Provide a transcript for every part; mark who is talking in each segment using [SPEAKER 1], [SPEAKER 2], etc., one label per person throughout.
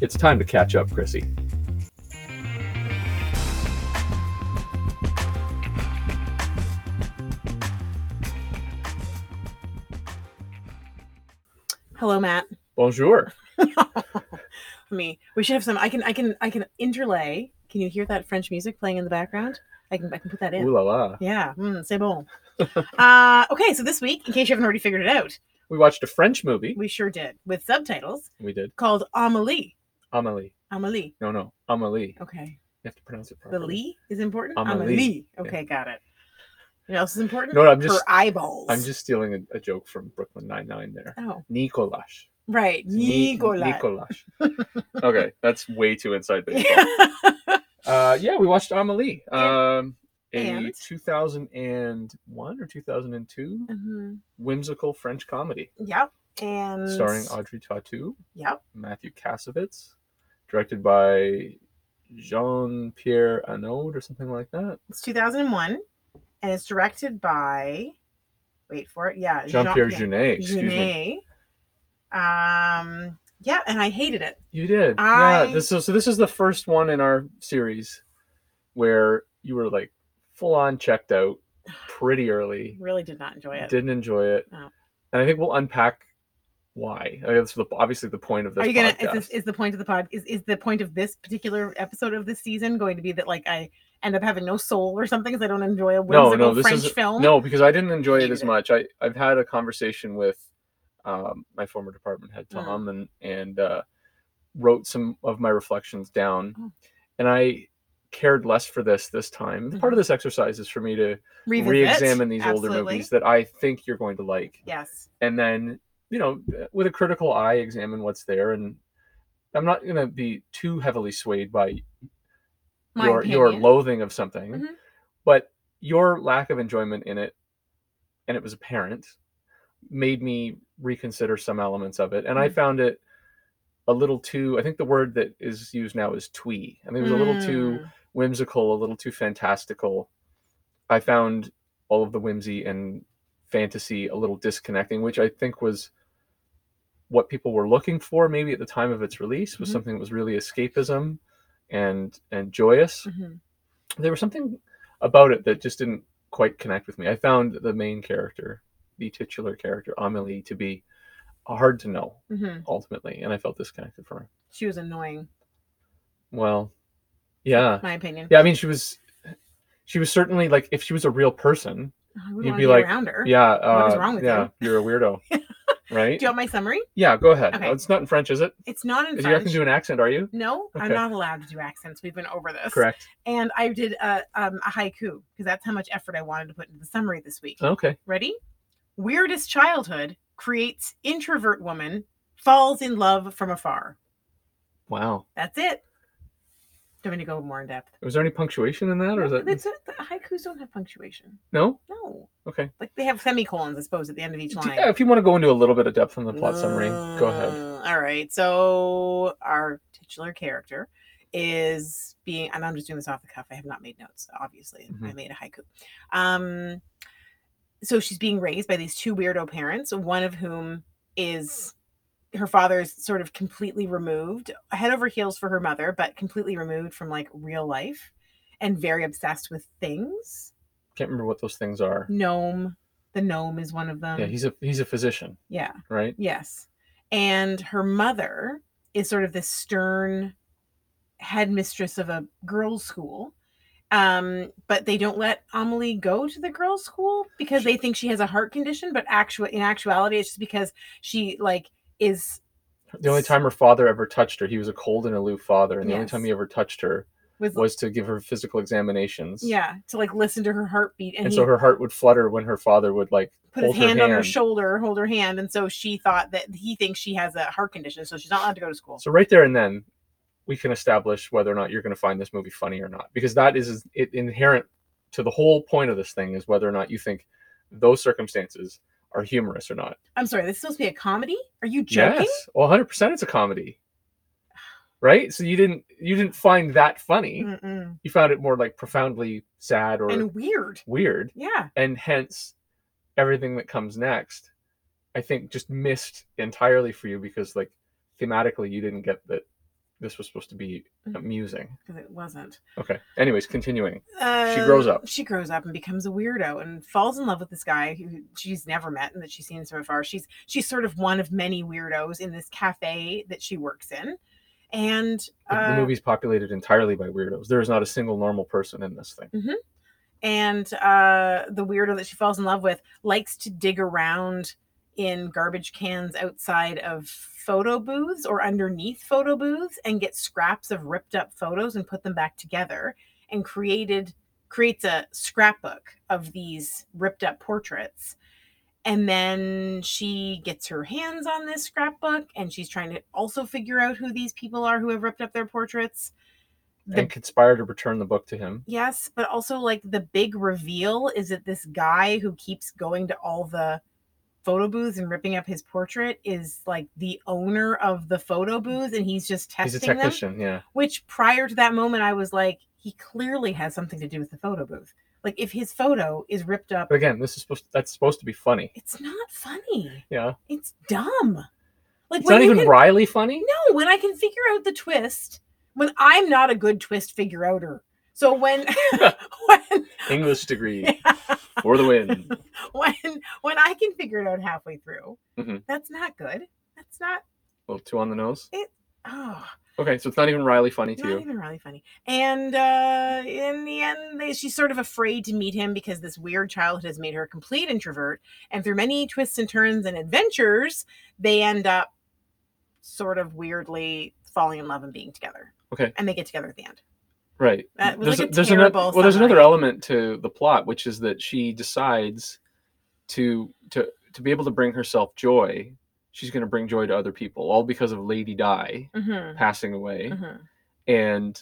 [SPEAKER 1] It's time to catch up, Chrissy.
[SPEAKER 2] Hello, Matt.
[SPEAKER 1] Bonjour.
[SPEAKER 2] Let me. We should have some. I can. I can. I can interlay. Can you hear that French music playing in the background? I can. I can put that in.
[SPEAKER 1] Ooh la la.
[SPEAKER 2] Yeah. Mm, c'est bon. uh, okay. So this week, in case you haven't already figured it out,
[SPEAKER 1] We watched a French movie.
[SPEAKER 2] we sure did with subtitles
[SPEAKER 1] We did.
[SPEAKER 2] called Amelie.
[SPEAKER 1] Amelie.
[SPEAKER 2] Amelie.
[SPEAKER 1] No, no. Amelie. You
[SPEAKER 2] Okay.
[SPEAKER 1] have to pronounce it
[SPEAKER 2] The
[SPEAKER 1] properly.
[SPEAKER 2] Lee is important.
[SPEAKER 1] Amelie. Yeah.
[SPEAKER 2] Okay. Got it. You know what else is important?
[SPEAKER 1] No, I'm
[SPEAKER 2] Her
[SPEAKER 1] just-
[SPEAKER 2] eyeballs.
[SPEAKER 1] I'm just stealing a, a joke from Brooklyn Nine-Nine there.
[SPEAKER 2] Oh,
[SPEAKER 1] Nicolas.
[SPEAKER 2] right.
[SPEAKER 1] Ni-
[SPEAKER 2] Nicolas.
[SPEAKER 1] Nicolas. okay, that's way too inside baseball.
[SPEAKER 2] Yeah.
[SPEAKER 1] Uh, yeah, we watched Amelie. Um, a
[SPEAKER 2] and?
[SPEAKER 1] 2001 or 2002
[SPEAKER 2] Mhm.
[SPEAKER 1] whimsical French comedy
[SPEAKER 2] Yep. And
[SPEAKER 1] starring Audrey Tautou,
[SPEAKER 2] Yep.
[SPEAKER 1] Matthew Kassovitz, directed by Jean Pierre Anode or something like that.
[SPEAKER 2] It's 2001, and it's directed by. Wait for it. Yeah,
[SPEAKER 1] Jean Pierre
[SPEAKER 2] Jean-
[SPEAKER 1] Jeunet, excuse me.
[SPEAKER 2] Jeunet. Um. Yeah, and I hated it.
[SPEAKER 1] You did.
[SPEAKER 2] I-
[SPEAKER 1] Yeah. This, so, so this is the first one in our series where you were like full on checked out pretty early.
[SPEAKER 2] Really did not enjoy it. Oh.
[SPEAKER 1] Didn't enjoy it.
[SPEAKER 2] No.
[SPEAKER 1] And I think we'll unpack why. I mean, that's the, obviously the point of this
[SPEAKER 2] Are you gonna? Is,
[SPEAKER 1] podcast.
[SPEAKER 2] this, is the point of the pod? Is is the point of this particular episode of this season going to be that like I end up having no soul or something because I don't enjoy a
[SPEAKER 1] No,
[SPEAKER 2] whimsical
[SPEAKER 1] no, this
[SPEAKER 2] French
[SPEAKER 1] is
[SPEAKER 2] film?
[SPEAKER 1] no because I didn't enjoy it
[SPEAKER 2] Hated
[SPEAKER 1] as
[SPEAKER 2] it.
[SPEAKER 1] much. I I've had a conversation with um, my former department head
[SPEAKER 2] Mm.
[SPEAKER 1] Tom and and uh, wrote some of my reflections down,
[SPEAKER 2] Oh.
[SPEAKER 1] and I cared less for this this time. Part of this exercise is for me to
[SPEAKER 2] Mm-hmm. Revisit.
[SPEAKER 1] re-examine these older
[SPEAKER 2] Absolutely.
[SPEAKER 1] movies that I think you're going to like,
[SPEAKER 2] Yes.
[SPEAKER 1] and then you know with a critical eye examine what's there and. I'm not going to be too heavily swayed by
[SPEAKER 2] My
[SPEAKER 1] your your
[SPEAKER 2] opinion.
[SPEAKER 1] loathing of something,
[SPEAKER 2] Mhm.
[SPEAKER 1] but your lack of enjoyment in it, and it was apparent, made me reconsider some elements of it, and I
[SPEAKER 2] Mhm.
[SPEAKER 1] found it a little too. I think the word that is used now is twee. I think it was a little too
[SPEAKER 2] Mm.
[SPEAKER 1] whimsical, a little too fantastical. I found all of the whimsy and fantasy a little disconnecting, which I think was what people were looking for maybe at the time of its release was
[SPEAKER 2] Mhm.
[SPEAKER 1] something that was really escapism and and joyous
[SPEAKER 2] Mhm.
[SPEAKER 1] there was something about it that just didn't quite connect with me. I found the main character, the titular character, Amelie, to be hard to know
[SPEAKER 2] Mhm.
[SPEAKER 1] ultimately, and I felt disconnected from her.
[SPEAKER 2] She was annoying.
[SPEAKER 1] Well, yeah,
[SPEAKER 2] My opinion.
[SPEAKER 1] yeah. I mean, she was, she was certainly like if she was a real person,
[SPEAKER 2] I wouldn't
[SPEAKER 1] You'd
[SPEAKER 2] wanna
[SPEAKER 1] be
[SPEAKER 2] be
[SPEAKER 1] like,
[SPEAKER 2] around her.
[SPEAKER 1] yeah, uh,
[SPEAKER 2] What is wrong with
[SPEAKER 1] yeah,
[SPEAKER 2] you?
[SPEAKER 1] you're a weirdo, right?
[SPEAKER 2] Do you want my summary?
[SPEAKER 1] Yeah, go ahead.
[SPEAKER 2] Okay.
[SPEAKER 1] Oh, It's not in French, is it?
[SPEAKER 2] It's not in
[SPEAKER 1] You're not
[SPEAKER 2] French.
[SPEAKER 1] gonna do an accent, are you?
[SPEAKER 2] no, I'm
[SPEAKER 1] Okay.
[SPEAKER 2] not allowed to do accents. We've been over this.
[SPEAKER 1] Correct.
[SPEAKER 2] And I did a, um, a haiku because that's how much effort I wanted to put into the summary this week.
[SPEAKER 1] Okay.
[SPEAKER 2] Ready? Weirdest childhood creates introvert woman falls in love from afar.
[SPEAKER 1] Wow.
[SPEAKER 2] That's it. Do you want me to go more in depth?
[SPEAKER 1] Was there any punctuation in that, or is
[SPEAKER 2] No,
[SPEAKER 1] that
[SPEAKER 2] that's it. The haikus don't have punctuation.
[SPEAKER 1] no?
[SPEAKER 2] No.
[SPEAKER 1] Okay.
[SPEAKER 2] Like they have semicolons, I suppose, at the end of each line.
[SPEAKER 1] Yeah, if you want to go into a little bit of depth on the plot summary, go ahead.
[SPEAKER 2] Mm, All right. So our titular character is being, and I'm just doing this off the cuff. I have not made notes. Obviously, I
[SPEAKER 1] Mhm.
[SPEAKER 2] made a haiku. Um, so she's being raised by these two weirdo parents, one of whom is her father's sort of completely removed, head over heels for her mother, but completely removed from like real life and very obsessed with things.
[SPEAKER 1] can't remember what those things are.
[SPEAKER 2] Gnome, the gnome is one of them.
[SPEAKER 1] Yeah, he's a he's a physician,
[SPEAKER 2] yeah.
[SPEAKER 1] right?
[SPEAKER 2] Yes. And her mother is sort of this stern headmistress of a girls' school. Um, but they don't let Amelie go to the girls' school because they think she has a heart condition, but actual in actuality, it's just because she like is
[SPEAKER 1] The only
[SPEAKER 2] S-
[SPEAKER 1] time her father ever touched her, he was a cold and aloof father, and the only
[SPEAKER 2] Yes.
[SPEAKER 1] time he ever touched her
[SPEAKER 2] was,
[SPEAKER 1] was to give her physical examinations.
[SPEAKER 2] yeah, to like listen to her heartbeat and,
[SPEAKER 1] And
[SPEAKER 2] he
[SPEAKER 1] so her heart would flutter when her father would like
[SPEAKER 2] put his
[SPEAKER 1] hold her
[SPEAKER 2] hand on her
[SPEAKER 1] hand.
[SPEAKER 2] shoulder, hold her hand, and so she thought that he thinks she has a heart condition, so she's not allowed to go to school.
[SPEAKER 1] So right there and then we can establish whether or not you're gonna find this movie funny or not. Because that is is it inherent to the whole point of this thing is whether or not you think those circumstances are humorous or not.
[SPEAKER 2] I'm sorry, this is supposed to be a comedy? Are you joking?
[SPEAKER 1] Yes. Well, 100 percent it's a comedy. Right? So you didn't you didn't find that funny.
[SPEAKER 2] Mm-mm.
[SPEAKER 1] you found it more like profoundly sad or
[SPEAKER 2] Mm. And weird.
[SPEAKER 1] weird
[SPEAKER 2] Yeah.
[SPEAKER 1] and hence everything that comes next i think just missed entirely for you because like thematically you didn't get that this was supposed to be
[SPEAKER 2] Mhm.
[SPEAKER 1] amusing.
[SPEAKER 2] because it wasn't.
[SPEAKER 1] Okay. Anyways, continuing.
[SPEAKER 2] Uh,
[SPEAKER 1] grows up.
[SPEAKER 2] She grows up and becomes a weirdo and falls in love with this guy who she's never met and that she's seen so far. She's she's sort of one of many weirdos in this cafe that she works in, and
[SPEAKER 1] The, the
[SPEAKER 2] uh,
[SPEAKER 1] movie's populated entirely by weirdos. There is not a single normal person in this thing.
[SPEAKER 2] and uh, the weirdo that she falls in love with likes to dig around in garbage cans outside of photo booths or underneath photo booths and get scraps of ripped up photos and put them back together and created creates a scrapbook of these ripped up portraits and then she gets her hands on this scrapbook and she's trying to also figure out who these people are who have ripped up their portraits The
[SPEAKER 1] And conspire to return the book to him.
[SPEAKER 2] Yes, but also like the big reveal is that this guy who keeps going to all the photo booths and ripping up his portrait is like the owner of the photo booth and he's just
[SPEAKER 1] He's a
[SPEAKER 2] testing them.
[SPEAKER 1] technician, yeah.
[SPEAKER 2] Which prior to that moment I was like, he clearly has something to do with the photo booth. Like if his photo is ripped up,
[SPEAKER 1] But again, this is supposed that's supposed to be funny.
[SPEAKER 2] it's not funny.
[SPEAKER 1] Yeah.
[SPEAKER 2] It's dumb. Like
[SPEAKER 1] It's not
[SPEAKER 2] you
[SPEAKER 1] even
[SPEAKER 2] can-
[SPEAKER 1] Riley funny.
[SPEAKER 2] no, when I can figure out the twist, when I'm not a good twist figure outer. So when when
[SPEAKER 1] English degree for the win.
[SPEAKER 2] when when I can figure it out halfway through,
[SPEAKER 1] Mhm.
[SPEAKER 2] that's not good. That's not
[SPEAKER 1] little two on the nose.
[SPEAKER 2] oh
[SPEAKER 1] Okay, so it's not even Riley funny to
[SPEAKER 2] not
[SPEAKER 1] you.
[SPEAKER 2] even really funny. And uh in the end they, she's sort of afraid to meet him because this weird childhood has made her a complete introvert. And through many twists and turns and adventures, they end up sort of weirdly falling in love and being together.
[SPEAKER 1] Okay.
[SPEAKER 2] And they get together at the end.
[SPEAKER 1] Right.
[SPEAKER 2] That was
[SPEAKER 1] there's
[SPEAKER 2] like a
[SPEAKER 1] there's another,
[SPEAKER 2] terrible
[SPEAKER 1] well, there's another
[SPEAKER 2] summary.
[SPEAKER 1] element to the plot, which is that she decides to to to be able to bring herself joy. She's going to bring joy to other people, all because of Lady Di
[SPEAKER 2] Mm-hmm.
[SPEAKER 1] passing away,
[SPEAKER 2] Mm-hmm.
[SPEAKER 1] and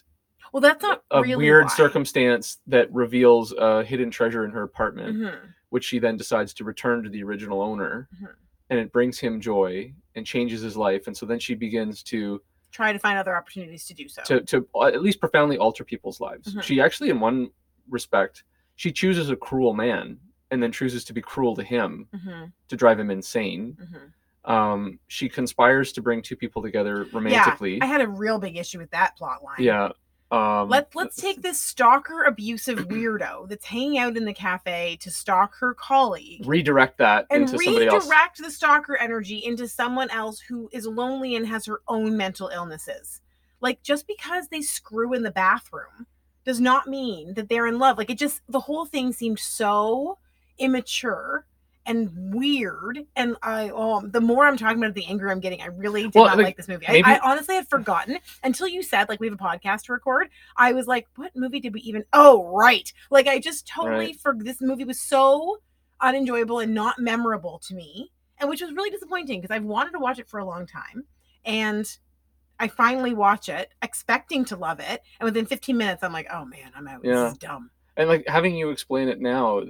[SPEAKER 2] Well, that's not
[SPEAKER 1] a
[SPEAKER 2] really
[SPEAKER 1] weird
[SPEAKER 2] why.
[SPEAKER 1] circumstance that reveals a hidden treasure in her apartment,
[SPEAKER 2] Mhm.
[SPEAKER 1] which she then decides to return to the original owner,
[SPEAKER 2] Mhm.
[SPEAKER 1] and it brings him joy and changes his life. And so then she begins to
[SPEAKER 2] Try to find other opportunities to do so.
[SPEAKER 1] to to at least profoundly alter people's lives.
[SPEAKER 2] Mhm.
[SPEAKER 1] She actually, in one respect, she chooses a cruel man and then chooses to be cruel to him
[SPEAKER 2] mm-hmm.
[SPEAKER 1] to drive him insane.
[SPEAKER 2] Mm-hmm.
[SPEAKER 1] Um, she conspires to bring two people together romantically.
[SPEAKER 2] I had a real big issue with that plot line.
[SPEAKER 1] Yeah. Um,
[SPEAKER 2] Let, let's take this stalker abusive weirdo that's hanging out in the cafe to stalk her colleague
[SPEAKER 1] redirect that
[SPEAKER 2] and
[SPEAKER 1] into somebody else.
[SPEAKER 2] redirect the stalker energy into someone else who is lonely and has her own mental illnesses. Like, just because they screw in the bathroom does not mean that they're in love. Like, it just, the whole thing seemed so immature and weird. And I, oh, the more I'm talking about it, the angrier I'm getting. I really did
[SPEAKER 1] Well,
[SPEAKER 2] not
[SPEAKER 1] like,
[SPEAKER 2] like this movie. I,
[SPEAKER 1] maybe-
[SPEAKER 2] I honestly had forgotten until you said, like, we have a podcast to record. I was like, what movie did we even? Oh, right. Like, I just totally,
[SPEAKER 1] Right.
[SPEAKER 2] for this movie was so unenjoyable and not memorable to me, and which was really disappointing because I've wanted to watch it for a long time. And I finally watch it, expecting to love it. And within 15 minutes, I'm like, oh man, I'm out.
[SPEAKER 1] Yeah.
[SPEAKER 2] This is dumb.
[SPEAKER 1] And like having you explain it now,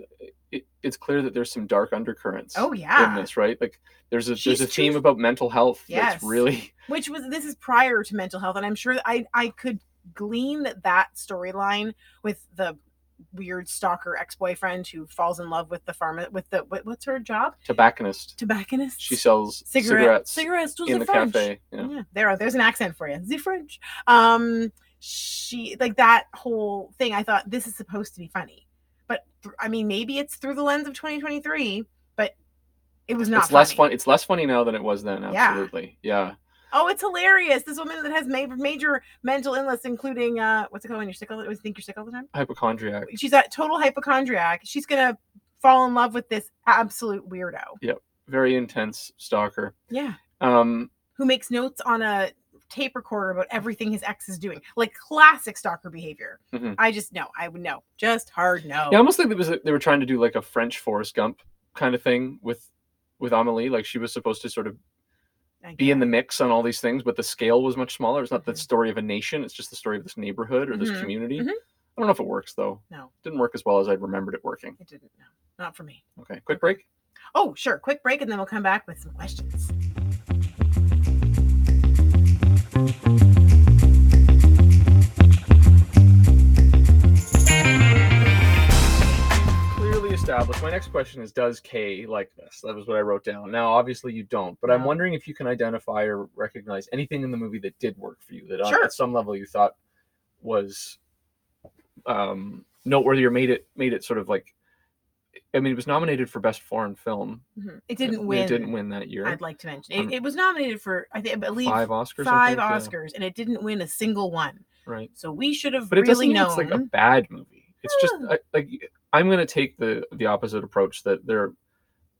[SPEAKER 1] it, it's clear that there's some dark undercurrents
[SPEAKER 2] Oh,
[SPEAKER 1] in
[SPEAKER 2] yeah.
[SPEAKER 1] this, right? Like there's a
[SPEAKER 2] She's
[SPEAKER 1] there's a theme
[SPEAKER 2] truth-
[SPEAKER 1] about mental health
[SPEAKER 2] Yes.
[SPEAKER 1] that's really
[SPEAKER 2] Which was, this is prior to mental health. And I'm sure that I, I could glean that, that storyline with the weird stalker ex-boyfriend who falls in love with the pharma with the what, what's her job
[SPEAKER 1] tobacconist.
[SPEAKER 2] tobacconist
[SPEAKER 1] She sells
[SPEAKER 2] Cigarette-
[SPEAKER 1] cigarettes
[SPEAKER 2] cigarettes to
[SPEAKER 1] in
[SPEAKER 2] the
[SPEAKER 1] the
[SPEAKER 2] French.
[SPEAKER 1] cafe. Yeah.
[SPEAKER 2] yeah. there are there's an accent for you the french um she like that whole thing i thought this is supposed to be funny but th- i mean maybe it's through the lens of 2023 but it was not
[SPEAKER 1] it's less
[SPEAKER 2] funny.
[SPEAKER 1] fun. It's less funny now than it was then.
[SPEAKER 2] Yeah.
[SPEAKER 1] Absolutely. Yeah.
[SPEAKER 2] oh it's hilarious this woman that has ma- major mental illness including uh what's it called when you're sick all the you think you're sick all the time
[SPEAKER 1] Hypochondriac.
[SPEAKER 2] she's a total hypochondriac she's gonna fall in love with this absolute weirdo
[SPEAKER 1] Very intense stalker.
[SPEAKER 2] yeah
[SPEAKER 1] Um,
[SPEAKER 2] who makes notes on a tape recorder about everything his ex is doing, like classic stalker behavior.
[SPEAKER 1] Mhm.
[SPEAKER 2] I just no, I would no, just hard no.
[SPEAKER 1] yeah, I almost think it was they were trying to do like a French Forrest Gump kind of thing with with Amelie. Like she was supposed to sort of
[SPEAKER 2] I
[SPEAKER 1] be in the
[SPEAKER 2] guess.
[SPEAKER 1] mix on all these things, but the scale was much smaller. It's not
[SPEAKER 2] Mhm.
[SPEAKER 1] the story of a nation. It's just the story of this neighborhood or this
[SPEAKER 2] Mhm.
[SPEAKER 1] community.
[SPEAKER 2] Mhm.
[SPEAKER 1] I don't know if it works though.
[SPEAKER 2] No,
[SPEAKER 1] Didn't work as well as I'd remembered it working.
[SPEAKER 2] it didn't. No, not for me.
[SPEAKER 1] Okay, quick break.
[SPEAKER 2] Oh, sure. Quick break, and then we'll come back with some questions.
[SPEAKER 1] Clearly established. My next question is Does K like this? That was what I wrote down. Now, obviously, you don't, but I'm
[SPEAKER 2] No.
[SPEAKER 1] wondering if you can identify or recognize anything in the movie that did work for you that on,
[SPEAKER 2] Sure.
[SPEAKER 1] at some level you thought was um, noteworthy or made it made it sort of like. I mean, it was nominated for best foreign film.
[SPEAKER 2] Mhm. It didn't
[SPEAKER 1] It-
[SPEAKER 2] win.
[SPEAKER 1] It didn't win that year.
[SPEAKER 2] I'd like to mention it.
[SPEAKER 1] Um,
[SPEAKER 2] it was nominated for I, think, I believe
[SPEAKER 1] five
[SPEAKER 2] five,
[SPEAKER 1] Oscars. I think, yeah,
[SPEAKER 2] Oscars, and it didn't win a single one.
[SPEAKER 1] right.
[SPEAKER 2] So we should have
[SPEAKER 1] but it doesn't
[SPEAKER 2] really
[SPEAKER 1] mean
[SPEAKER 2] known.
[SPEAKER 1] it's like a bad movie. It's just
[SPEAKER 2] No.
[SPEAKER 1] I, like I'm going to take the the opposite approach that there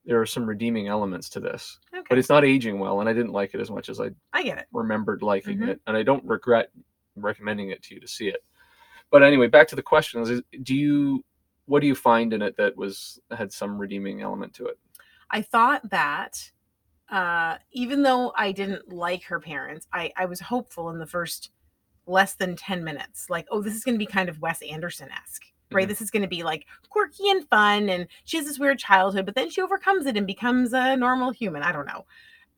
[SPEAKER 1] there are some redeeming elements to this,
[SPEAKER 2] okay,
[SPEAKER 1] but it's not aging well, and I didn't like it as much as I
[SPEAKER 2] I get it.
[SPEAKER 1] remembered liking
[SPEAKER 2] Mhm.
[SPEAKER 1] it, and I don't regret recommending it to you to see it. But anyway, back to the questions: is- Do you what do you find in it that was had some redeeming element to it?
[SPEAKER 2] I thought that uh, even though I didn't like her parents, I, I was hopeful in the first less than 10 minutes. Like, oh, this is going to be kind of Wes Anderson esque, right?
[SPEAKER 1] Mhm.
[SPEAKER 2] This is going to be like quirky and fun. And she has this weird childhood, but then she overcomes it and becomes a normal human. I don't know.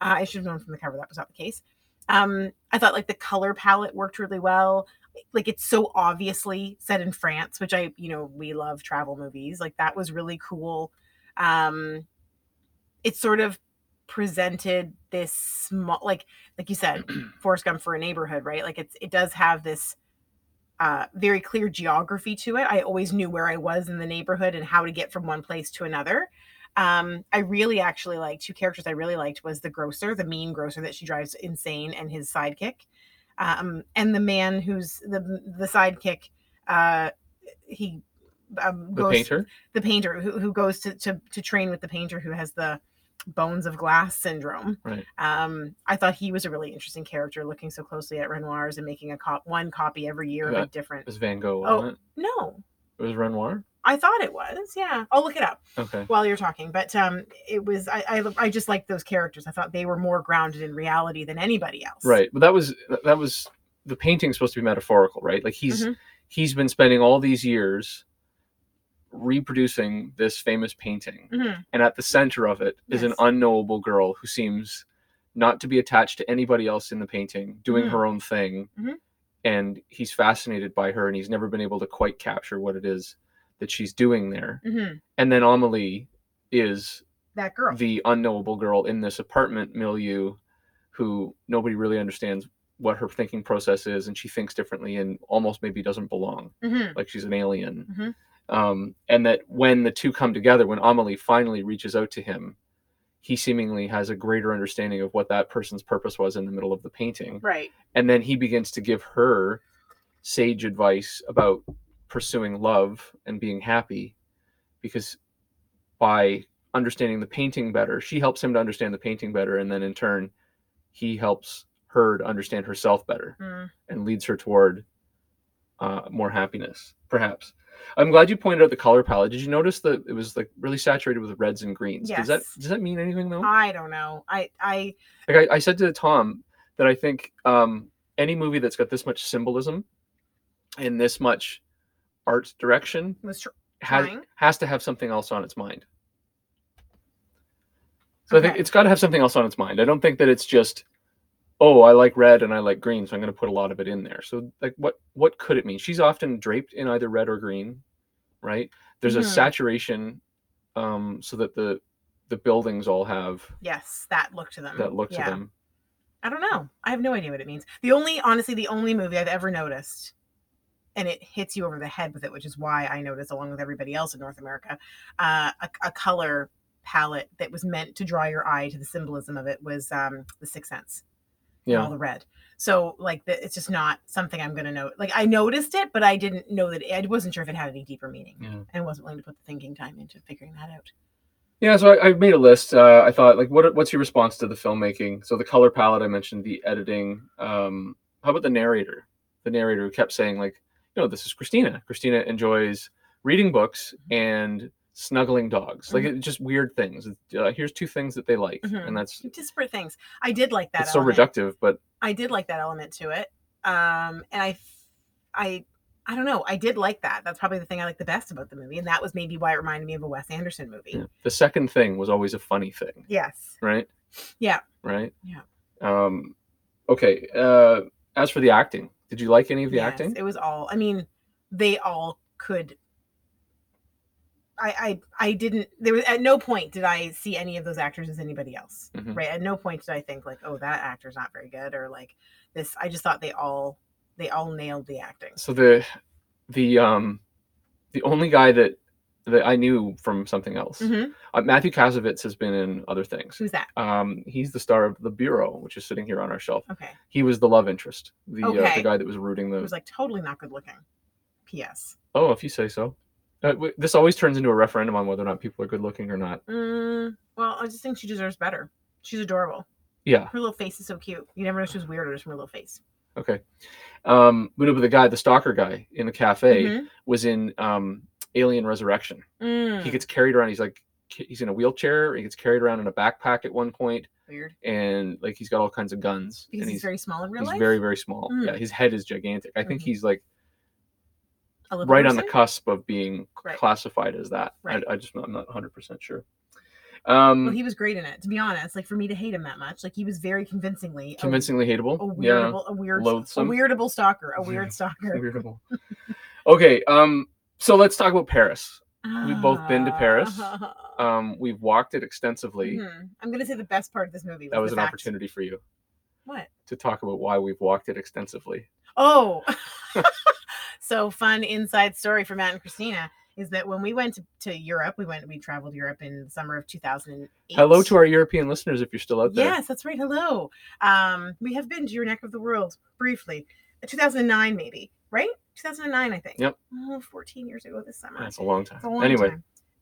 [SPEAKER 2] Uh, I should have known from the cover that was not the case. Um, I thought like the color palette worked really well. Like it's so obviously set in France, which I, you know, we love travel movies. Like that was really cool. Um, it sort of presented this small like like you said Forrest Gump for a neighborhood right like it's it does have this uh very clear geography to it I always knew where I was in the neighborhood and how to get from one place to another um I really actually liked two characters I really liked was the grocer the mean grocer that she drives insane and his sidekick um and the man who's the the sidekick uh he um,
[SPEAKER 1] The
[SPEAKER 2] goes-
[SPEAKER 1] painter,
[SPEAKER 2] the painter who, who goes to, to to train with the painter who has the bones of glass syndrome.
[SPEAKER 1] Right.
[SPEAKER 2] Um, I thought he was a really interesting character, looking so closely at Renoir's and making a cop one copy every year of a
[SPEAKER 1] That-
[SPEAKER 2] different.
[SPEAKER 1] was Van Gogh
[SPEAKER 2] Oh.
[SPEAKER 1] on it?
[SPEAKER 2] No,
[SPEAKER 1] It was Renoir.
[SPEAKER 2] I thought it was. Yeah, I'll look it up
[SPEAKER 1] Okay,
[SPEAKER 2] while you're talking. But um, it was. I I, I just liked those characters. I thought they were more grounded in reality than anybody else.
[SPEAKER 1] right. But that was that was the painting's supposed to be metaphorical, right? Like he's
[SPEAKER 2] Mhm.
[SPEAKER 1] he's been spending all these years reproducing this famous painting
[SPEAKER 2] Mhm.
[SPEAKER 1] and at the center of it is an
[SPEAKER 2] Yes.
[SPEAKER 1] unknowable girl who seems not to be attached to anybody else in the painting doing
[SPEAKER 2] Mhm.
[SPEAKER 1] her own thing
[SPEAKER 2] Mhm.
[SPEAKER 1] and he's fascinated by her and he's never been able to quite capture what it is that she's doing there
[SPEAKER 2] Mhm.
[SPEAKER 1] and then amelie is
[SPEAKER 2] That girl.
[SPEAKER 1] the unknowable girl in this apartment milieu who nobody really understands what her thinking process is and she thinks differently and almost maybe doesn't belong
[SPEAKER 2] Mhm.
[SPEAKER 1] like she's an alien.
[SPEAKER 2] Mhm.
[SPEAKER 1] Um, and that when the two come together, when Amelie finally reaches out to him, he seemingly has a greater understanding of what that person's purpose was in the middle of the painting.
[SPEAKER 2] Right.
[SPEAKER 1] And then he begins to give her sage advice about pursuing love and being happy because by understanding the painting better, she helps him to understand the painting better. And then in turn, he helps her to understand herself better
[SPEAKER 2] Mm.
[SPEAKER 1] and leads her toward uh, more happiness, perhaps. I'm glad you pointed out the color palette. Did you notice that it was like really saturated with reds and greens? Does that
[SPEAKER 2] Yes. Uh,
[SPEAKER 1] does that mean anything though?
[SPEAKER 2] I don't know. I I
[SPEAKER 1] Like I, I said to Tom that I think um, any movie that's got this much symbolism and this much art direction
[SPEAKER 2] was tr-
[SPEAKER 1] has
[SPEAKER 2] Trying.
[SPEAKER 1] has to have something else on its mind. So I
[SPEAKER 2] Okay.
[SPEAKER 1] think it's got to have something else on its mind. I don't think that it's just, oh, I like red and I like green, so I'm going to put a lot of it in there. So like, what what could it mean? She's often draped in either red or green, right? There's
[SPEAKER 2] Mhm.
[SPEAKER 1] a saturation, um, so that the the buildings all have
[SPEAKER 2] yes that look to them.
[SPEAKER 1] that look to them.
[SPEAKER 2] I don't know. I have no idea what it means. The only, honestly, the only movie I've ever noticed, and it hits you over the head with it, which is why I noticed, along with everybody else in North America, uh, a, a color palette that was meant to draw your eye to the symbolism of it was um, The Sixth Sense, and all
[SPEAKER 1] Yeah,
[SPEAKER 2] the red. So, like, the, it's just not something I'm going to know. Like, I noticed it, but I didn't know that I wasn't sure if it had any deeper meaning.
[SPEAKER 1] yeah,
[SPEAKER 2] And wasn't willing to put the thinking time into figuring that out.
[SPEAKER 1] yeah. So I, I made a list. Uh, I thought like, what what's your response to the filmmaking? So the color palette I mentioned, the editing. Um, how about the narrator? The narrator who kept saying like, no, this is Christina. Christina enjoys reading books and snuggling dogs. Like
[SPEAKER 2] Mm-hmm.
[SPEAKER 1] it's just weird things. Uh, here's two things that they like,
[SPEAKER 2] Mhm.
[SPEAKER 1] and that's
[SPEAKER 2] Disparate things. I did like that.
[SPEAKER 1] it's so
[SPEAKER 2] element.
[SPEAKER 1] reductive. But
[SPEAKER 2] I did like that element to it. Um, and I, f- I, I don't know. I did like that. That's probably the thing I like the best about the movie, and that was maybe why it reminded me of a Wes Anderson movie.
[SPEAKER 1] yeah. the second thing was always a funny thing,
[SPEAKER 2] Yes.
[SPEAKER 1] right?
[SPEAKER 2] Yeah.
[SPEAKER 1] Right.
[SPEAKER 2] Yeah.
[SPEAKER 1] Um, okay. Uh, as for the acting, did you like any of the
[SPEAKER 2] Yes,
[SPEAKER 1] acting?
[SPEAKER 2] It was all. I mean, they all could I, I I didn't there was at no point did I see any of those actors as anybody else.
[SPEAKER 1] Mhm.
[SPEAKER 2] Right. At no point did I think like, oh, that actor's not very good or like this I just thought they all they all nailed the acting.
[SPEAKER 1] So the the um the only guy that that I knew from something else,
[SPEAKER 2] Mhm.
[SPEAKER 1] uh, Matthew Kasovitz has been in other things.
[SPEAKER 2] Who's that?
[SPEAKER 1] Um, he's the star of The Bureau, which is sitting here on our shelf.
[SPEAKER 2] Okay.
[SPEAKER 1] He was the love interest, the uh,
[SPEAKER 2] Okay.
[SPEAKER 1] the guy that was rooting the.
[SPEAKER 2] Who's like totally not good looking. P.S.
[SPEAKER 1] oh, if you say so. Uh, w- this always turns into a referendum on whether or not people are good looking or not.
[SPEAKER 2] Mm, well, I just think she deserves better. She's adorable.
[SPEAKER 1] Yeah.
[SPEAKER 2] Her little face is so cute. You never know she was weird or just from her little face.
[SPEAKER 1] Okay. Um, but no, but the guy, the stalker guy in the cafe,
[SPEAKER 2] Mhm.
[SPEAKER 1] was in um, Alien Resurrection.
[SPEAKER 2] Mm,
[SPEAKER 1] He gets carried around. He's like he's in a wheelchair. He gets carried around in a backpack at one point,
[SPEAKER 2] weird
[SPEAKER 1] and like he's got all kinds of guns.
[SPEAKER 2] because
[SPEAKER 1] and
[SPEAKER 2] he's, very small in real
[SPEAKER 1] he's
[SPEAKER 2] life.
[SPEAKER 1] very very small.
[SPEAKER 2] Mm.
[SPEAKER 1] Yeah, his head is gigantic. I think
[SPEAKER 2] Mhm.
[SPEAKER 1] he's like
[SPEAKER 2] A little
[SPEAKER 1] right on the
[SPEAKER 2] person?
[SPEAKER 1] cusp of being
[SPEAKER 2] Right.
[SPEAKER 1] classified as that.
[SPEAKER 2] Right.
[SPEAKER 1] I, I just I'm not 100 percent sure. Um,
[SPEAKER 2] Well, he was great in it. To be honest, like for me to hate him that much, like he was very convincingly a-
[SPEAKER 1] convincingly hateable.
[SPEAKER 2] a,
[SPEAKER 1] yeah,
[SPEAKER 2] weirdable, a weird, a
[SPEAKER 1] loathsome.
[SPEAKER 2] weirdable stalker, a weird
[SPEAKER 1] Yeah.
[SPEAKER 2] stalker.
[SPEAKER 1] weirdable. okay. Um. So let's talk about Paris. We've both been to Paris.
[SPEAKER 2] Ah.
[SPEAKER 1] Um. We've walked it extensively.
[SPEAKER 2] Mhm. I'm gonna say the best part of this movie. Was
[SPEAKER 1] That was
[SPEAKER 2] the
[SPEAKER 1] an
[SPEAKER 2] fact-
[SPEAKER 1] opportunity for you
[SPEAKER 2] What?
[SPEAKER 1] to talk about why we've walked it extensively.
[SPEAKER 2] Oh, so fun inside story for Matt and Christina is that when we went to, to Europe, we went, we traveled Europe in the summer of 2008.
[SPEAKER 1] Hello to our European listeners if you're still out there.
[SPEAKER 2] Yes, that's right. Hello. Um, we have been to your neck of the world briefly, 2009 maybe, right? 2009, I think.
[SPEAKER 1] Yep.
[SPEAKER 2] Oh, 14 years ago this summer.
[SPEAKER 1] That's a long time.
[SPEAKER 2] It's a long
[SPEAKER 1] anyway,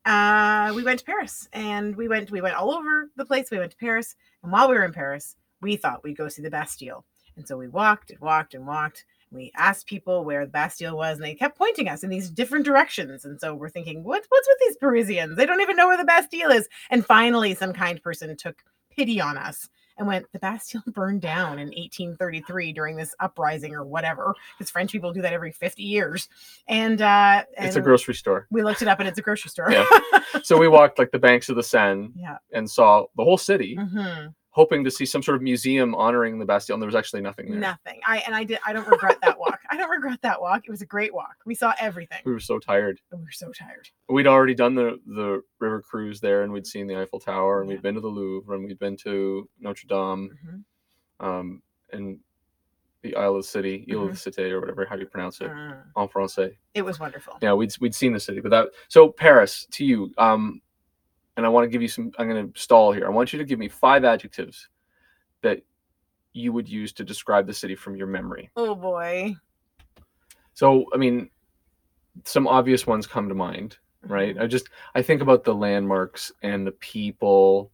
[SPEAKER 2] time. Uh, we went to Paris, and we went we went all over the place. We went to Paris, and while we were in Paris, we thought we'd go see the Bastille, and so we walked and walked and walked. We asked people where the Bastille was, and they kept pointing us in these different directions. And so we're thinking, what, what's with these Parisians? They don't even know where the Bastille is. And finally, some kind person took pity on us and went, The Bastille burned down in 1833 during this uprising or whatever, because French people do that every 50 years. And, uh,
[SPEAKER 1] it's a
[SPEAKER 2] and-
[SPEAKER 1] grocery store.
[SPEAKER 2] we looked it up and it's a grocery store.
[SPEAKER 1] Yeah. So we walked like the banks of the Seine
[SPEAKER 2] Yeah.
[SPEAKER 1] and saw the whole city,
[SPEAKER 2] Mhm.
[SPEAKER 1] hoping to see some sort of museum honoring the Bastille, and there was actually nothing there.
[SPEAKER 2] Nothing. I and I did I don't regret that walk. I don't regret that walk. It was a great walk. We saw everything.
[SPEAKER 1] We were so tired.
[SPEAKER 2] And We were so tired.
[SPEAKER 1] We'd already done the the river cruise there, and we'd seen the Eiffel Tower, and
[SPEAKER 2] Yeah.
[SPEAKER 1] we'd been to the Louvre, and we'd been to Notre Dame,
[SPEAKER 2] Mhm.
[SPEAKER 1] um, and the Isle of City, Ile
[SPEAKER 2] Mm-hmm.
[SPEAKER 1] of Cité, or whatever how do you pronounce it
[SPEAKER 2] Mm.
[SPEAKER 1] en français.
[SPEAKER 2] It was wonderful.
[SPEAKER 1] yeah we'd we'd seen the city but that so paris to you um and i want to give you some i'm going to stall here i want you to give me five adjectives that you would use to describe the city from your memory
[SPEAKER 2] Oh boy.
[SPEAKER 1] so i mean some obvious ones come to mind right
[SPEAKER 2] Mhm.
[SPEAKER 1] i just i think about the landmarks and the people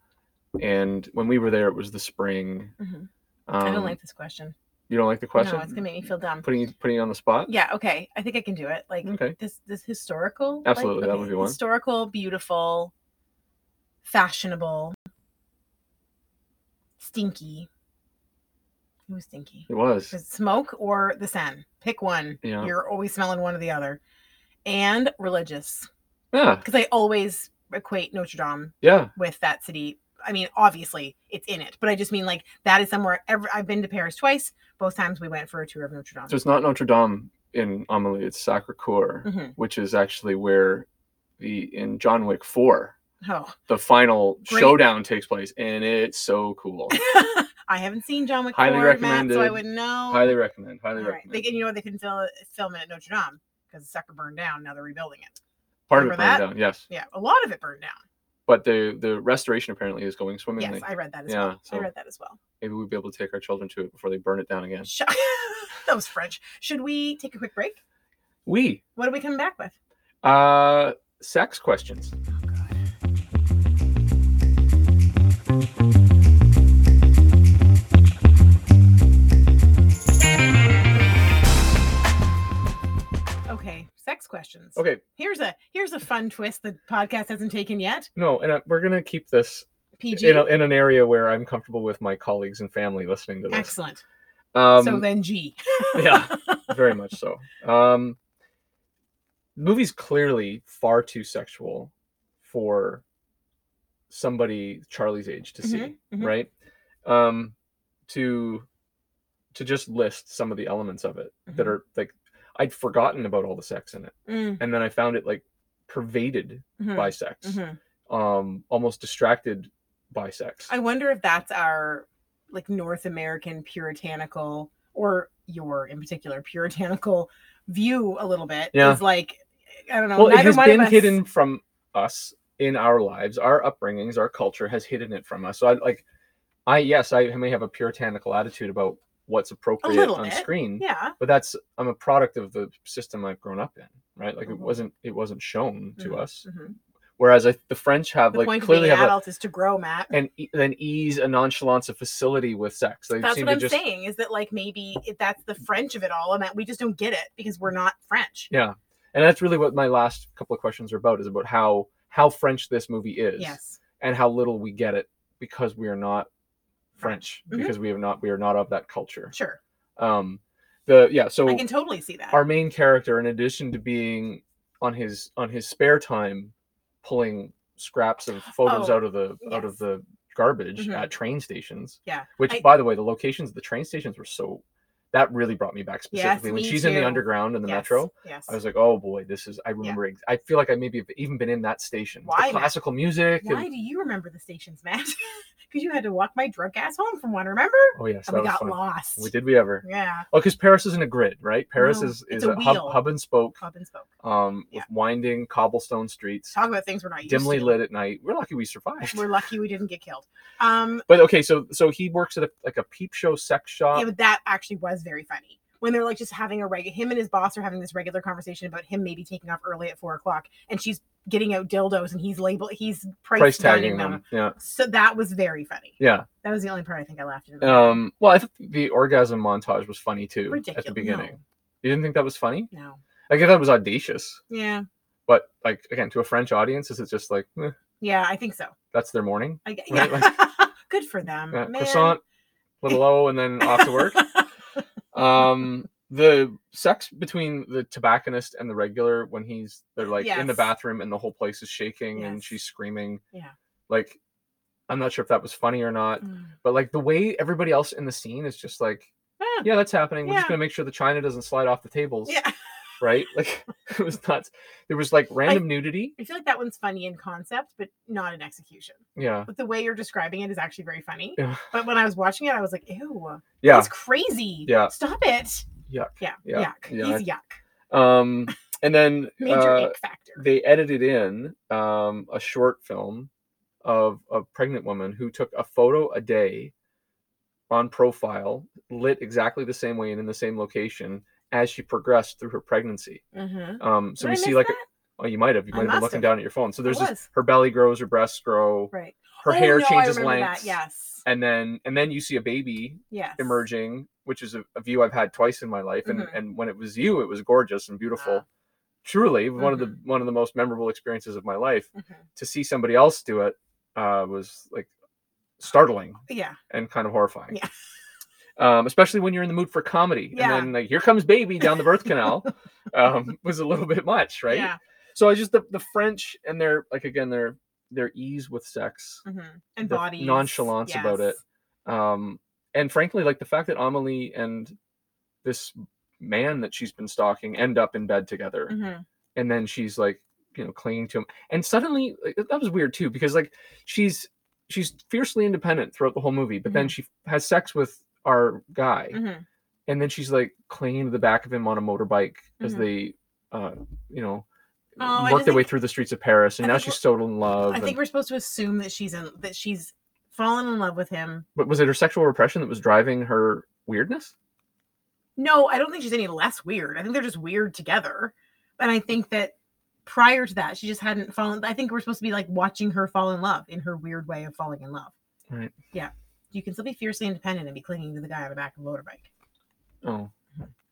[SPEAKER 1] and when we were there it was the spring
[SPEAKER 2] Mhm.
[SPEAKER 1] um,
[SPEAKER 2] I don't like this question.
[SPEAKER 1] you don't like the question
[SPEAKER 2] No, it's gonna make me feel dumb.
[SPEAKER 1] putting you putting you on the spot
[SPEAKER 2] Yeah, okay. I think I can do it. Like
[SPEAKER 1] okay
[SPEAKER 2] this this historical like,
[SPEAKER 1] Mm. Absolutely, that
[SPEAKER 2] okay,
[SPEAKER 1] would be one.
[SPEAKER 2] Historical, beautiful, fashionable, stinky. It was stinky.
[SPEAKER 1] it was
[SPEAKER 2] Is it smoke or the Sen? Pick one.
[SPEAKER 1] Yeah.
[SPEAKER 2] You're always smelling one or the other. And religious.
[SPEAKER 1] yeah
[SPEAKER 2] Because I always equate Notre Dame
[SPEAKER 1] yeah
[SPEAKER 2] with that city. I mean, obviously it's in it, but I just mean like that is somewhere ever I've been to Paris twice. Both times we went for a tour of Notre Dame.
[SPEAKER 1] so it's not notre dame in amelie it's sacre coeur
[SPEAKER 2] Mhm.
[SPEAKER 1] which is actually where the in John Wick 4
[SPEAKER 2] Oh.
[SPEAKER 1] the final
[SPEAKER 2] Great.
[SPEAKER 1] showdown takes place and it's so cool.
[SPEAKER 2] I haven't seen John Wick
[SPEAKER 1] Highly
[SPEAKER 2] Ford, Matt, so I
[SPEAKER 1] recommended.
[SPEAKER 2] wouldn't know.
[SPEAKER 1] highly recommend, highly
[SPEAKER 2] All right. They,
[SPEAKER 1] recommend.
[SPEAKER 2] and you know what? They couldn't film, film it at Notre Dame because the sucker burned down. Now they're rebuilding it.
[SPEAKER 1] Part of it burned
[SPEAKER 2] remember that?
[SPEAKER 1] down, yes.
[SPEAKER 2] Yeah, a lot of it burned down.
[SPEAKER 1] But the the restoration apparently is going swimmingly.
[SPEAKER 2] Yes, I read that as
[SPEAKER 1] Yeah,
[SPEAKER 2] well.
[SPEAKER 1] so-
[SPEAKER 2] I read that as well.
[SPEAKER 1] Maybe we'd be able to take our children to it before they burn it down again.
[SPEAKER 2] Sh- that was French. Should we take a quick break?
[SPEAKER 1] We
[SPEAKER 2] What are we coming back with?
[SPEAKER 1] uh sex questions.
[SPEAKER 2] Okay, sex questions.
[SPEAKER 1] Okay,
[SPEAKER 2] Here's a here's a fun twist the podcast hasn't taken yet.
[SPEAKER 1] no, and uh, we're going to keep this
[SPEAKER 2] PG.
[SPEAKER 1] in, a, in an area where I'm comfortable with my colleagues and family listening to this.
[SPEAKER 2] Excellent.
[SPEAKER 1] Um
[SPEAKER 2] so then G.
[SPEAKER 1] yeah, very much so. Um, movie's clearly far too sexual for somebody Charlie's age to see,
[SPEAKER 2] Mhm, mhm.
[SPEAKER 1] right? Um, to to just list some of the elements of it that
[SPEAKER 2] Mhm.
[SPEAKER 1] are like I'd forgotten about all the sex in it,
[SPEAKER 2] Mm,
[SPEAKER 1] and then I found it like pervaded
[SPEAKER 2] Mhm,
[SPEAKER 1] by sex,
[SPEAKER 2] mhm.
[SPEAKER 1] um, almost distracted by sex.
[SPEAKER 2] I wonder if that's our like North American puritanical or your in particular puritanical view a little bit.
[SPEAKER 1] Yeah.
[SPEAKER 2] Is like I don't know.
[SPEAKER 1] well, it
[SPEAKER 2] neither
[SPEAKER 1] has
[SPEAKER 2] one of
[SPEAKER 1] been
[SPEAKER 2] us-
[SPEAKER 1] hidden from us in our lives. Our upbringings, our culture has hidden it from us. So I like, I yes, I may have a puritanical attitude about what's appropriate
[SPEAKER 2] little
[SPEAKER 1] on
[SPEAKER 2] bit,
[SPEAKER 1] screen,
[SPEAKER 2] Yeah.
[SPEAKER 1] but that's I'm a product of the system I've grown up in, right? Like
[SPEAKER 2] Mhm.
[SPEAKER 1] it wasn't it wasn't shown to
[SPEAKER 2] Mhm,
[SPEAKER 1] us.
[SPEAKER 2] mhm.
[SPEAKER 1] Whereas I, the French have
[SPEAKER 2] The
[SPEAKER 1] like
[SPEAKER 2] point of
[SPEAKER 1] clearly
[SPEAKER 2] being an
[SPEAKER 1] have a,
[SPEAKER 2] adult is to grow, Matt.
[SPEAKER 1] an e- an ease, a nonchalance, a facility with sex. They
[SPEAKER 2] That's
[SPEAKER 1] seem
[SPEAKER 2] what
[SPEAKER 1] to
[SPEAKER 2] I'm
[SPEAKER 1] just
[SPEAKER 2] saying is that like maybe if that's the French of it all and that we just don't get it because we're not French.
[SPEAKER 1] yeah, and that's really what my last couple of questions are about is about how how French this movie is,
[SPEAKER 2] Yes.
[SPEAKER 1] and how little we get it because we are not French,
[SPEAKER 2] Mhm.
[SPEAKER 1] because we have not we are not of that culture.
[SPEAKER 2] Sure.
[SPEAKER 1] Um, the yeah, so
[SPEAKER 2] I can totally see that.
[SPEAKER 1] our main character in addition to being on his on his spare time pulling scraps of photos
[SPEAKER 2] Oh,
[SPEAKER 1] out of the out
[SPEAKER 2] yes.
[SPEAKER 1] of the garbage
[SPEAKER 2] Mhm.
[SPEAKER 1] at train stations
[SPEAKER 2] Yeah,
[SPEAKER 1] which
[SPEAKER 2] I-
[SPEAKER 1] by the way the locations of the train stations were so that really brought me back specifically when
[SPEAKER 2] me
[SPEAKER 1] she's in the
[SPEAKER 2] too.
[SPEAKER 1] underground in the
[SPEAKER 2] Yes,
[SPEAKER 1] metro
[SPEAKER 2] Yes.
[SPEAKER 1] i was like oh boy this is i remember ex- i feel like i maybe have even been in that station with the
[SPEAKER 2] Why, man?
[SPEAKER 1] classical music
[SPEAKER 2] Why
[SPEAKER 1] and-
[SPEAKER 2] do you remember the stations, Matt? Because you had to walk my drunk ass home from one, remember?
[SPEAKER 1] oh yes
[SPEAKER 2] And
[SPEAKER 1] that
[SPEAKER 2] we
[SPEAKER 1] was
[SPEAKER 2] got
[SPEAKER 1] fun
[SPEAKER 2] lost.
[SPEAKER 1] we did we ever
[SPEAKER 2] Yeah.
[SPEAKER 1] oh because paris isn't a grid right paris
[SPEAKER 2] No,
[SPEAKER 1] is is
[SPEAKER 2] it's a
[SPEAKER 1] a, hub,
[SPEAKER 2] wheel.
[SPEAKER 1] hub and spoke
[SPEAKER 2] Club and spoke.
[SPEAKER 1] um
[SPEAKER 2] Yeah.
[SPEAKER 1] with winding cobblestone streets
[SPEAKER 2] Talk about things we're not used
[SPEAKER 1] dimly
[SPEAKER 2] to.
[SPEAKER 1] lit at night. We're lucky we survived.
[SPEAKER 2] We're lucky we didn't get killed. Um,
[SPEAKER 1] But okay, so so he works at a, like a peep show sex shop.
[SPEAKER 2] yeah, but that actually was very funny. When they're like just having a regular, him and his boss are having this regular conversation about him maybe taking off early at four o'clock, and she's getting out dildos, and he's label, he's price,
[SPEAKER 1] price tagging
[SPEAKER 2] gunning
[SPEAKER 1] them. Yeah,
[SPEAKER 2] So that was very funny.
[SPEAKER 1] yeah.
[SPEAKER 2] That was the only part I think I laughed at.
[SPEAKER 1] Um, well, I think the orgasm montage was funny too at the
[SPEAKER 2] Ridiculous.
[SPEAKER 1] beginning. You didn't think that was funny?
[SPEAKER 2] no.
[SPEAKER 1] I guess that was audacious,
[SPEAKER 2] Yeah.
[SPEAKER 1] but like again, to a French audience, is it just like eh,
[SPEAKER 2] Yeah, I think so.
[SPEAKER 1] that's their morning
[SPEAKER 2] I, g-
[SPEAKER 1] Right,
[SPEAKER 2] yeah. Good for them.
[SPEAKER 1] yeah,
[SPEAKER 2] Mm, man.
[SPEAKER 1] croissant, little O, and then off to work. Um, the sex between the tobacconist and the regular when he's they're like in the
[SPEAKER 2] Yes.
[SPEAKER 1] bathroom and the whole place is shaking and
[SPEAKER 2] Yes.
[SPEAKER 1] she's screaming.
[SPEAKER 2] Yeah.
[SPEAKER 1] like I'm not sure if that was funny or not,
[SPEAKER 2] Mm.
[SPEAKER 1] but like the way everybody else in the scene is just like,
[SPEAKER 2] Yeah.
[SPEAKER 1] yeah, that's happening. We're
[SPEAKER 2] Yeah.
[SPEAKER 1] just gonna make sure the china doesn't slide off the tables,
[SPEAKER 2] Yeah.
[SPEAKER 1] right? Like it was nuts. There was like random nudity.
[SPEAKER 2] I feel like that one's funny in concept, but not in execution.
[SPEAKER 1] Yeah,
[SPEAKER 2] But the way you're describing it is actually very funny.
[SPEAKER 1] Yeah.
[SPEAKER 2] But when I was watching it, I was like, ew,
[SPEAKER 1] yeah,
[SPEAKER 2] it's crazy.
[SPEAKER 1] Yeah.
[SPEAKER 2] Stop it.
[SPEAKER 1] yuck.
[SPEAKER 2] Yeah.
[SPEAKER 1] Yeah.
[SPEAKER 2] Yuck.
[SPEAKER 1] Yeah.
[SPEAKER 2] He's yuck.
[SPEAKER 1] Um, and then
[SPEAKER 2] Major
[SPEAKER 1] uh,
[SPEAKER 2] ick factor.
[SPEAKER 1] they edited in um a short film of a pregnant woman who took a photo a day on profile, lit exactly the same way and in the same location as she progressed through her pregnancy.
[SPEAKER 2] mm-hmm.
[SPEAKER 1] Um, so
[SPEAKER 2] Did
[SPEAKER 1] we
[SPEAKER 2] I
[SPEAKER 1] see
[SPEAKER 2] miss
[SPEAKER 1] like a-
[SPEAKER 2] that?
[SPEAKER 1] Oh, you might have. You
[SPEAKER 2] I
[SPEAKER 1] might have been
[SPEAKER 2] must
[SPEAKER 1] looking
[SPEAKER 2] have.
[SPEAKER 1] down at your phone. So
[SPEAKER 2] I
[SPEAKER 1] there's this:
[SPEAKER 2] was.
[SPEAKER 1] her belly grows, her breasts grow,
[SPEAKER 2] right.
[SPEAKER 1] her
[SPEAKER 2] Oh,
[SPEAKER 1] hair
[SPEAKER 2] no, I
[SPEAKER 1] changes
[SPEAKER 2] remember that.
[SPEAKER 1] length,
[SPEAKER 2] Yes.
[SPEAKER 1] and then and then you see a baby
[SPEAKER 2] Yes.
[SPEAKER 1] emerging, which is a, a view I've had twice in my life. And
[SPEAKER 2] Mhm.
[SPEAKER 1] and when it was you, it was gorgeous and beautiful.
[SPEAKER 2] Wow. Mm-hmm.
[SPEAKER 1] Truly, one of the one of the most memorable experiences of my life.
[SPEAKER 2] Mhm.
[SPEAKER 1] To see somebody else do it uh, was like startling
[SPEAKER 2] Yeah.
[SPEAKER 1] and kind of horrifying.
[SPEAKER 2] Yeah.
[SPEAKER 1] Um, especially when you're in the mood for comedy,
[SPEAKER 2] Yeah.
[SPEAKER 1] and then like here comes baby down the birth canal um, was a little bit much, right?
[SPEAKER 2] Yeah.
[SPEAKER 1] So I just the, the French and their like again their their ease with sex,
[SPEAKER 2] hmm And
[SPEAKER 1] the
[SPEAKER 2] bodies.
[SPEAKER 1] nonchalance about it,
[SPEAKER 2] yes.
[SPEAKER 1] um, and frankly like the fact that Amelie and this man that she's been stalking end up in bed together,
[SPEAKER 2] Mhm.
[SPEAKER 1] and then she's like you know clinging to him, and suddenly like, that was weird too because like she's she's fiercely independent throughout the whole movie, but then
[SPEAKER 2] Mhm.
[SPEAKER 1] she has sex with our guy,
[SPEAKER 2] Mhm.
[SPEAKER 1] and then she's like clinging to the back of him on a motorbike as
[SPEAKER 2] Mhm.
[SPEAKER 1] they uh you know
[SPEAKER 2] Oh, I
[SPEAKER 1] work
[SPEAKER 2] just
[SPEAKER 1] their way
[SPEAKER 2] think-
[SPEAKER 1] through the streets of paris and
[SPEAKER 2] I
[SPEAKER 1] now
[SPEAKER 2] think
[SPEAKER 1] she's total in love
[SPEAKER 2] I
[SPEAKER 1] and-
[SPEAKER 2] think we're supposed to assume that she's in that she's fallen in love with him.
[SPEAKER 1] but was it her sexual repression that was driving her weirdness
[SPEAKER 2] No, I don't think she's any less weird. I think they're just weird together. And I think that prior to that, she just hadn't fallen. I think we're supposed to be like watching her fall in love in her weird way of falling in love.
[SPEAKER 1] Right.
[SPEAKER 2] Yeah. You can still be fiercely independent and be clinging to the guy on the back of a motorbike.
[SPEAKER 1] oh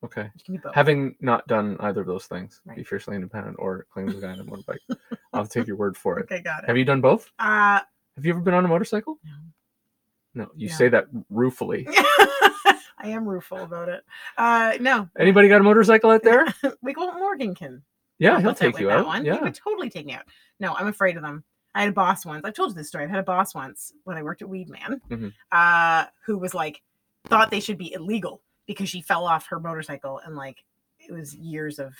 [SPEAKER 1] okay
[SPEAKER 2] You can be both.
[SPEAKER 1] having not done either of those things be
[SPEAKER 2] Right.
[SPEAKER 1] fiercely independent or claim the guy on a motorbike i'll take your word for it
[SPEAKER 2] okay, got it.
[SPEAKER 1] have you done both
[SPEAKER 2] Uh,
[SPEAKER 1] have you ever been on a motorcycle
[SPEAKER 2] no.
[SPEAKER 1] no you
[SPEAKER 2] No.
[SPEAKER 1] say that ruefully
[SPEAKER 2] I am rueful about it. Uh, no,
[SPEAKER 1] anybody got a motorcycle out there
[SPEAKER 2] we go Morgan can.
[SPEAKER 1] yeah
[SPEAKER 2] help
[SPEAKER 1] Oh, he'll
[SPEAKER 2] us out
[SPEAKER 1] take
[SPEAKER 2] with
[SPEAKER 1] you
[SPEAKER 2] that
[SPEAKER 1] out
[SPEAKER 2] One. He
[SPEAKER 1] yeah
[SPEAKER 2] would totally take me out. No, I'm afraid of them. I had a boss once. I've told you this story. I've had a boss once when I worked at Weed Man,
[SPEAKER 1] Mhm.
[SPEAKER 2] uh, who was like, thought they should be illegal because she fell off her motorcycle and like it was years of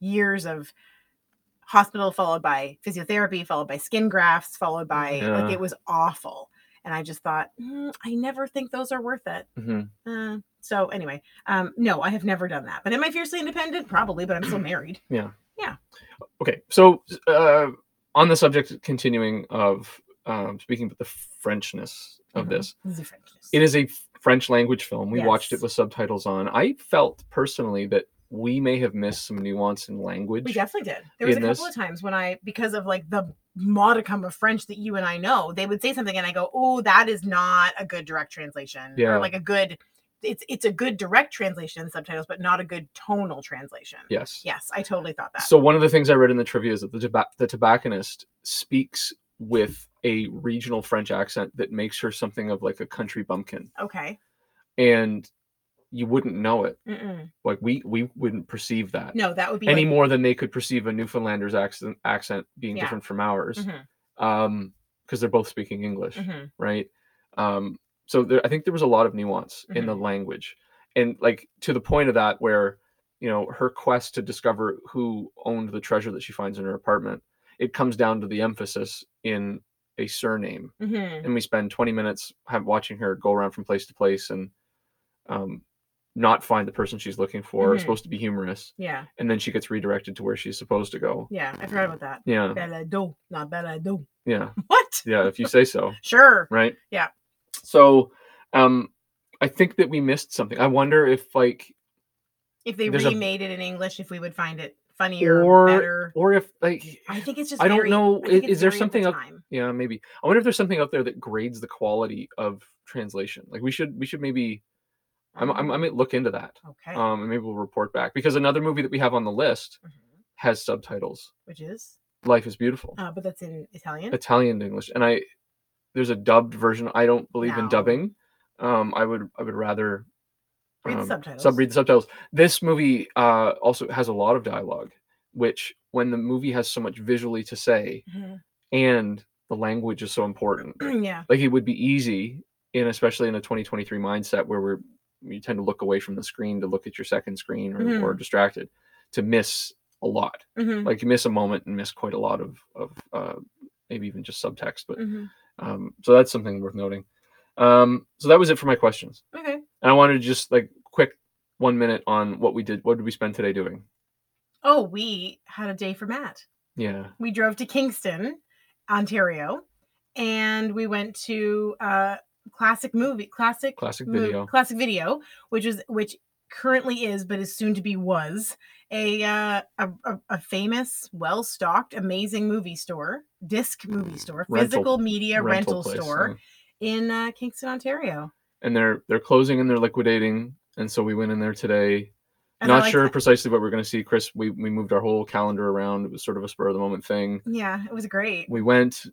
[SPEAKER 2] years of hospital followed by physiotherapy followed by skin grafts followed by
[SPEAKER 1] Yeah.
[SPEAKER 2] like it was awful and i just thought "Mm, i never think those are worth it
[SPEAKER 1] Mhm.
[SPEAKER 2] uh, so anyway um no i have never done that but am i fiercely independent probably but i'm still married
[SPEAKER 1] Okay, so uh, on the subject, continuing of um, speaking about the Frenchness of
[SPEAKER 2] Mhm.
[SPEAKER 1] this,
[SPEAKER 2] This is Frenchness.
[SPEAKER 1] it is a French language film. We watched it
[SPEAKER 2] Yes.
[SPEAKER 1] with subtitles on. I felt personally that we may have missed some nuance in language.
[SPEAKER 2] we definitely did there was a
[SPEAKER 1] in
[SPEAKER 2] couple
[SPEAKER 1] this-
[SPEAKER 2] of times when i because of like the modicum of french that you and i know they would say something and i go oh that is not a good direct translation
[SPEAKER 1] Yeah.
[SPEAKER 2] or like a good it's it's a good direct translation in subtitles but not a good tonal translation
[SPEAKER 1] yes.
[SPEAKER 2] Yes, I totally thought that.
[SPEAKER 1] So one of the things I read in the trivia is that the toba- the tobacconist speaks with a regional French accent that makes her something of like a country bumpkin,
[SPEAKER 2] okay.
[SPEAKER 1] and you wouldn't know it.
[SPEAKER 2] Mm-mm.
[SPEAKER 1] Like we we wouldn't perceive that
[SPEAKER 2] No, that would be
[SPEAKER 1] any
[SPEAKER 2] like-
[SPEAKER 1] more than they could perceive a Newfoundlander's accent accent being
[SPEAKER 2] Yeah.
[SPEAKER 1] different from ours, Um
[SPEAKER 2] Mhm,
[SPEAKER 1] because they're both speaking English,
[SPEAKER 2] mhm.
[SPEAKER 1] right? Um, so there, I think there was a lot of nuance in the language, and like to the point of that where you know her quest to discover who owned the treasure that she finds in her apartment, it comes down to the emphasis in a surname,
[SPEAKER 2] Mhm.
[SPEAKER 1] and we spend 20 minutes have, watching her go around from place to place and um, not find the person she's looking for. It's
[SPEAKER 2] Mhm.
[SPEAKER 1] supposed to be humorous,
[SPEAKER 2] Yeah,
[SPEAKER 1] and then she gets redirected to where she's supposed to go.
[SPEAKER 2] yeah. I forgot about that.
[SPEAKER 1] Yeah,
[SPEAKER 2] Bella do, not bella do.
[SPEAKER 1] yeah,
[SPEAKER 2] What?
[SPEAKER 1] yeah. If you say so.
[SPEAKER 2] Sure.
[SPEAKER 1] right?
[SPEAKER 2] Yeah.
[SPEAKER 1] So, um, I think that we missed something. I wonder if like,
[SPEAKER 2] If they
[SPEAKER 1] There's a-
[SPEAKER 2] remade it in English, if we would find it funnier,
[SPEAKER 1] Or-
[SPEAKER 2] better.
[SPEAKER 1] or if like,
[SPEAKER 2] I think it's just.
[SPEAKER 1] I don't
[SPEAKER 2] very-
[SPEAKER 1] know,
[SPEAKER 2] I think
[SPEAKER 1] i-
[SPEAKER 2] it's
[SPEAKER 1] is there
[SPEAKER 2] very of the
[SPEAKER 1] something up-
[SPEAKER 2] time.
[SPEAKER 1] yeah, maybe. I wonder if there's something out there that grades the quality of translation. Like, we should we should maybe I'm, I'm I
[SPEAKER 2] Um,
[SPEAKER 1] might look into that.
[SPEAKER 2] okay.
[SPEAKER 1] Um, and maybe we'll report back because another movie that we have on the list
[SPEAKER 2] Mhm.
[SPEAKER 1] has subtitles.
[SPEAKER 2] Which is,
[SPEAKER 1] Life is beautiful,
[SPEAKER 2] uh, but that's in Italian.
[SPEAKER 1] Italian to English, and I there's a dubbed version. I don't believe in
[SPEAKER 2] No.
[SPEAKER 1] dubbing. Um, I would I would rather
[SPEAKER 2] Read the
[SPEAKER 1] um,
[SPEAKER 2] subtitles.
[SPEAKER 1] Sub read the subtitles. This movie uh, also has a lot of dialogue, which when the movie has so much visually to say
[SPEAKER 2] Mhm.
[SPEAKER 1] and the language is so important,
[SPEAKER 2] yeah.
[SPEAKER 1] like it would be easy, and especially in a 2023 mindset where we're you tend to look away from the screen to look at your second screen or,
[SPEAKER 2] Mm-hmm.
[SPEAKER 1] or distracted, to miss a lot.
[SPEAKER 2] Mhm,
[SPEAKER 1] Like you miss a moment and miss quite a lot of of uh, maybe even just subtext. But
[SPEAKER 2] mhm.
[SPEAKER 1] um, so that's something worth noting. Um, so that was it for my questions.
[SPEAKER 2] Okay.
[SPEAKER 1] And I wanted to just like quick one minute on what we did. What did we spend today doing?
[SPEAKER 2] Oh, we had a day for Matt.
[SPEAKER 1] Yeah.
[SPEAKER 2] we drove to Kingston, Ontario, and we went to uh, classic movie, classic
[SPEAKER 1] Classic
[SPEAKER 2] Mo-
[SPEAKER 1] video.
[SPEAKER 2] classic video, which is which currently is, but is soon to be was a uh, a, a, a famous, well stocked, amazing movie store, disc movie store,
[SPEAKER 1] Mm, Rental-
[SPEAKER 2] physical media rental,
[SPEAKER 1] place,
[SPEAKER 2] store
[SPEAKER 1] yeah.
[SPEAKER 2] in uh, Kingston, Ontario.
[SPEAKER 1] And they're they're closing and they're liquidating. And so we went in there today.
[SPEAKER 2] And I
[SPEAKER 1] Not
[SPEAKER 2] like
[SPEAKER 1] sure
[SPEAKER 2] that-
[SPEAKER 1] precisely what we're going to see, Chris. We we moved our whole calendar around. It was sort of a spur of the moment thing.
[SPEAKER 2] Yeah, it was great.
[SPEAKER 1] We went,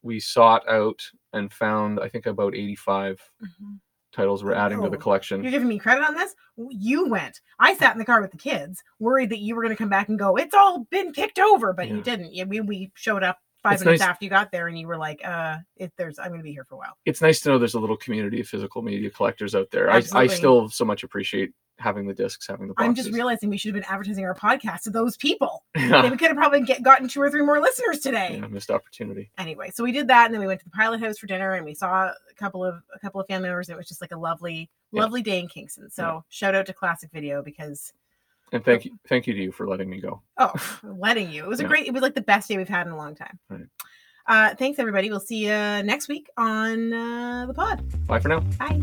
[SPEAKER 1] we sought out and found I think about 85
[SPEAKER 2] Mhm.
[SPEAKER 1] titles we're adding to the
[SPEAKER 2] Oh,
[SPEAKER 1] collection.
[SPEAKER 2] You're giving me credit on this? W- You went. I sat in the car with the kids, worried that you were going to come back and go, it's all been kicked over, but
[SPEAKER 1] Yeah.
[SPEAKER 2] you didn't. Yeah, we, we showed up five
[SPEAKER 1] It's
[SPEAKER 2] minutes
[SPEAKER 1] nice-
[SPEAKER 2] after you got there and you were like, uh, if there's, I'm going to be here for a while.
[SPEAKER 1] It's nice to know there's a little community of physical media collectors out there. I, I
[SPEAKER 2] Absolutely.
[SPEAKER 1] still so much appreciate having the discs, having the boxes.
[SPEAKER 2] I'm just realizing we should have been advertising our podcast to those people. Then
[SPEAKER 1] yeah,
[SPEAKER 2] we could have probably get, gotten two or three more listeners today.
[SPEAKER 1] missed opportunity.
[SPEAKER 2] Anyway, so we did that, and then we went to the Pilot House for dinner, and we saw a couple of a couple of family members. and It was just like a lovely,
[SPEAKER 1] Yeah.
[SPEAKER 2] lovely day in Kingston. So shout out to Classic Video because
[SPEAKER 1] And thank you, thank you to you for letting me go.
[SPEAKER 2] Oh, letting you. It was a
[SPEAKER 1] Yeah.
[SPEAKER 2] great, it was like the best day we've had in a long time.
[SPEAKER 1] Right.
[SPEAKER 2] Uh, thanks, everybody. We'll see you next week on uh, the pod.
[SPEAKER 1] Bye for now.
[SPEAKER 2] Bye.